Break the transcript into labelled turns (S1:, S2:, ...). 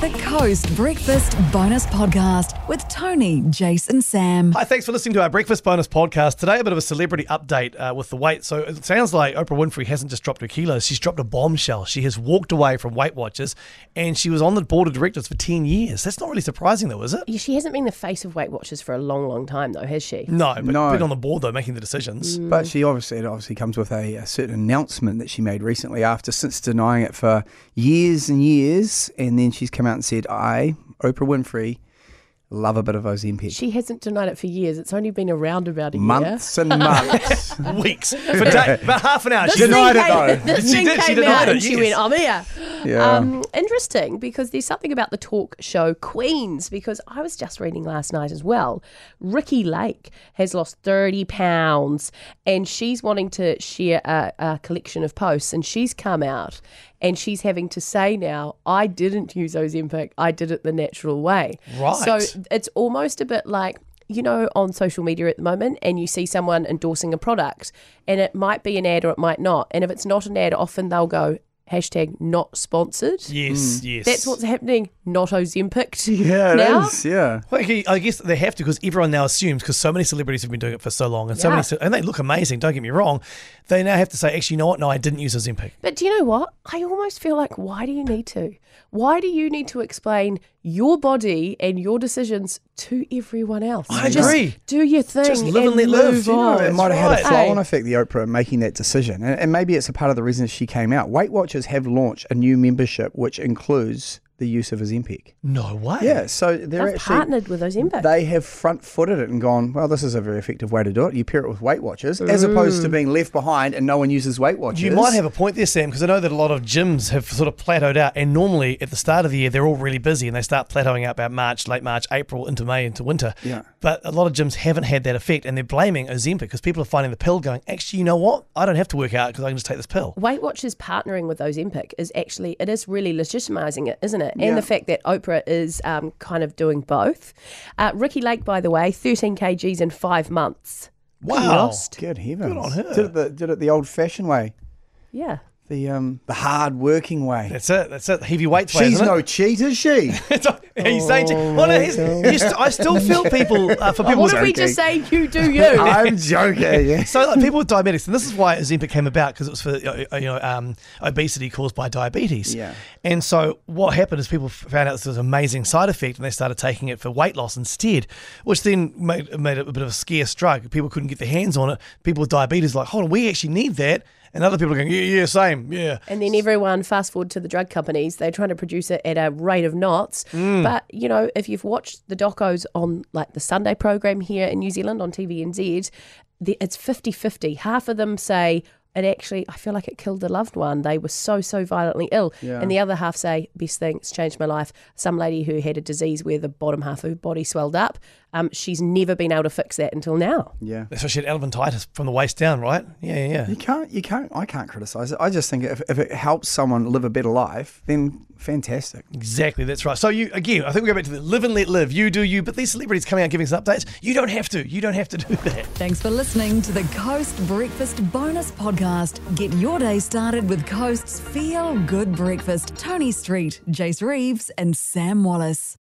S1: The Coast Breakfast Bonus Podcast with Tony, Jason, Sam.
S2: Hi, thanks for listening to our Breakfast Bonus podcast. Today, a bit of a celebrity update uh, with the weight. So it sounds like Oprah Winfrey hasn't just dropped her kilos, she's dropped a bombshell. She has walked away from Weight Watchers and she was on the board of directors for 10 years. That's not really surprising, though, is it?
S3: Yeah, she hasn't been the face of Weight Watchers for a long, long time, though, has she?
S2: No, but
S4: No.
S2: been on the board, though, making the decisions.
S4: But she obviously it obviously comes with a, a certain announcement that she made recently after since denying it for years and years, and then she's come out and said, "I, Oprah Winfrey, love a bit of Ozempic."
S3: She hasn't denied it for years. It's only been around about a
S4: months and months.
S2: Weeks. For day, about half an hour.
S3: year.
S2: She
S4: did- denied
S3: Mm. thing
S4: it,
S3: came-
S4: though.
S3: This
S2: She
S3: thing
S2: did- she
S3: came
S2: denied
S3: out
S2: it,
S3: and she
S2: yes.
S3: went, "Oh, I'm here.
S4: Yeah.
S3: Um, interesting because there's something about the talk show Queens because I was just reading last night as well. Ricky Lake has lost 30 pounds and she's wanting to share a, a collection of posts and she's come out and she's having to say now, I didn't use Ozempic. I did it the natural way.
S2: Right.
S3: So it's almost a bit like you know on social media at the moment and you see someone endorsing a product and it might be an ad or it might not and if it's not an ad often they'll go hashtag not sponsored
S2: Yes, yes.
S3: mm, that's what's happening not ozempic
S4: yeah, it is.
S3: now
S4: Yeah,
S2: Well, okay, I guess they have to because everyone now assumes because so many celebrities have been doing it for so long and so
S3: Yeah.
S2: many ce- and they look amazing. Don't get me wrong, they now have to say, actually, you know what? No, I didn't use Ozempic.
S3: but do you know what i almost feel like why do you need to why do you need to explain your body and your decisions to everyone else
S2: I
S3: Just
S2: agree.
S3: do your thing
S2: Just live and let live,
S3: move
S2: you know,
S3: on.
S4: it might have had
S2: right.
S4: a flow-on effect. The Oprah making that decision, and, and maybe it's a part of the reason she came out. Weight Watchers have launched a new membership which includes the use of Ozempic.
S2: No way.
S4: Yeah, so they're
S3: They've
S4: actually
S3: partnered with Ozempic.
S4: they have front footed it and gone, well, this is a very effective way to do it. You pair it with Weight Watchers, as opposed to being left behind and no one uses Weight Watchers.
S2: Mm. You might have a point there, Sam, because I know that a lot of gyms have sort of plateaued out. And normally at the start of the year, they're all really busy and they start plateauing out about March, late March, April, into May, into winter.
S4: Yeah.
S2: But a lot of gyms haven't had that effect and they're blaming Ozempic because people are finding the pill going, actually, you know what? I don't have to work out because I can just take this pill.
S3: Weight Watchers partnering with Ozempic is actually it is really legitimising it, isn't it? And the fact that Oprah is um, kind of doing both. Uh, Ricky Lake, by the way, 13 kgs in five months.
S2: Wow.
S4: Good heavens.
S2: on her.
S4: Did it the, did it the old fashioned way,
S3: Yeah.
S4: the um, the hard working way.
S2: That's it. That's it. Heavy weights. way,
S4: She's
S2: isn't it?
S4: no Oh cheat, is she?
S2: It's like- he's saying, to- well, no, he's, you st- I still feel people uh, for people.
S3: What
S2: With,
S3: if we
S4: joking.
S3: just say you do you?
S4: I'm joking. yeah.
S2: so like people with diabetics, and this is why Ozempic came about because it was for uh, uh, you know um, obesity caused by diabetes.
S4: Yeah.
S2: And so what happened is people f- found out this was an amazing side effect, and they started taking it for weight loss instead, which then made made it a bit of a scarce drug. People couldn't get their hands on it. People with diabetes were like, hold on, we actually need that, and other people are going, yeah, yeah, same, yeah.
S3: And then everyone, fast forward to the drug companies, they're trying to produce it at a rate of knots. But, you know, if you've watched the docos on like the Sunday program here in New Zealand on TVNZ, the, it's 50 50. Half of them say, it actually, I feel like it killed a loved one. They were so, so violently ill. And the other half say, best thing, it's changed my life. Some lady who had a disease where the bottom half of her body swelled up, um, she's never been able to fix that until now.
S4: yeah.
S2: That's why she had Alventitis from the waist down, right? Yeah, yeah, yeah.
S4: You can't, you can't, I can't criticize it. I just think if, if it helps someone live a better life, then fantastic.
S2: Exactly, that's right. So you again, I think we go back to the live and let live. You do you, but these celebrities coming out and giving us updates, you don't have to. You don't have to do that.
S1: Thanks for listening to the Coast Breakfast Bonus Podcast. Get your day started with Coast's Feel Good Breakfast. Tony Street, Jace Reeves, and Sam Wallace.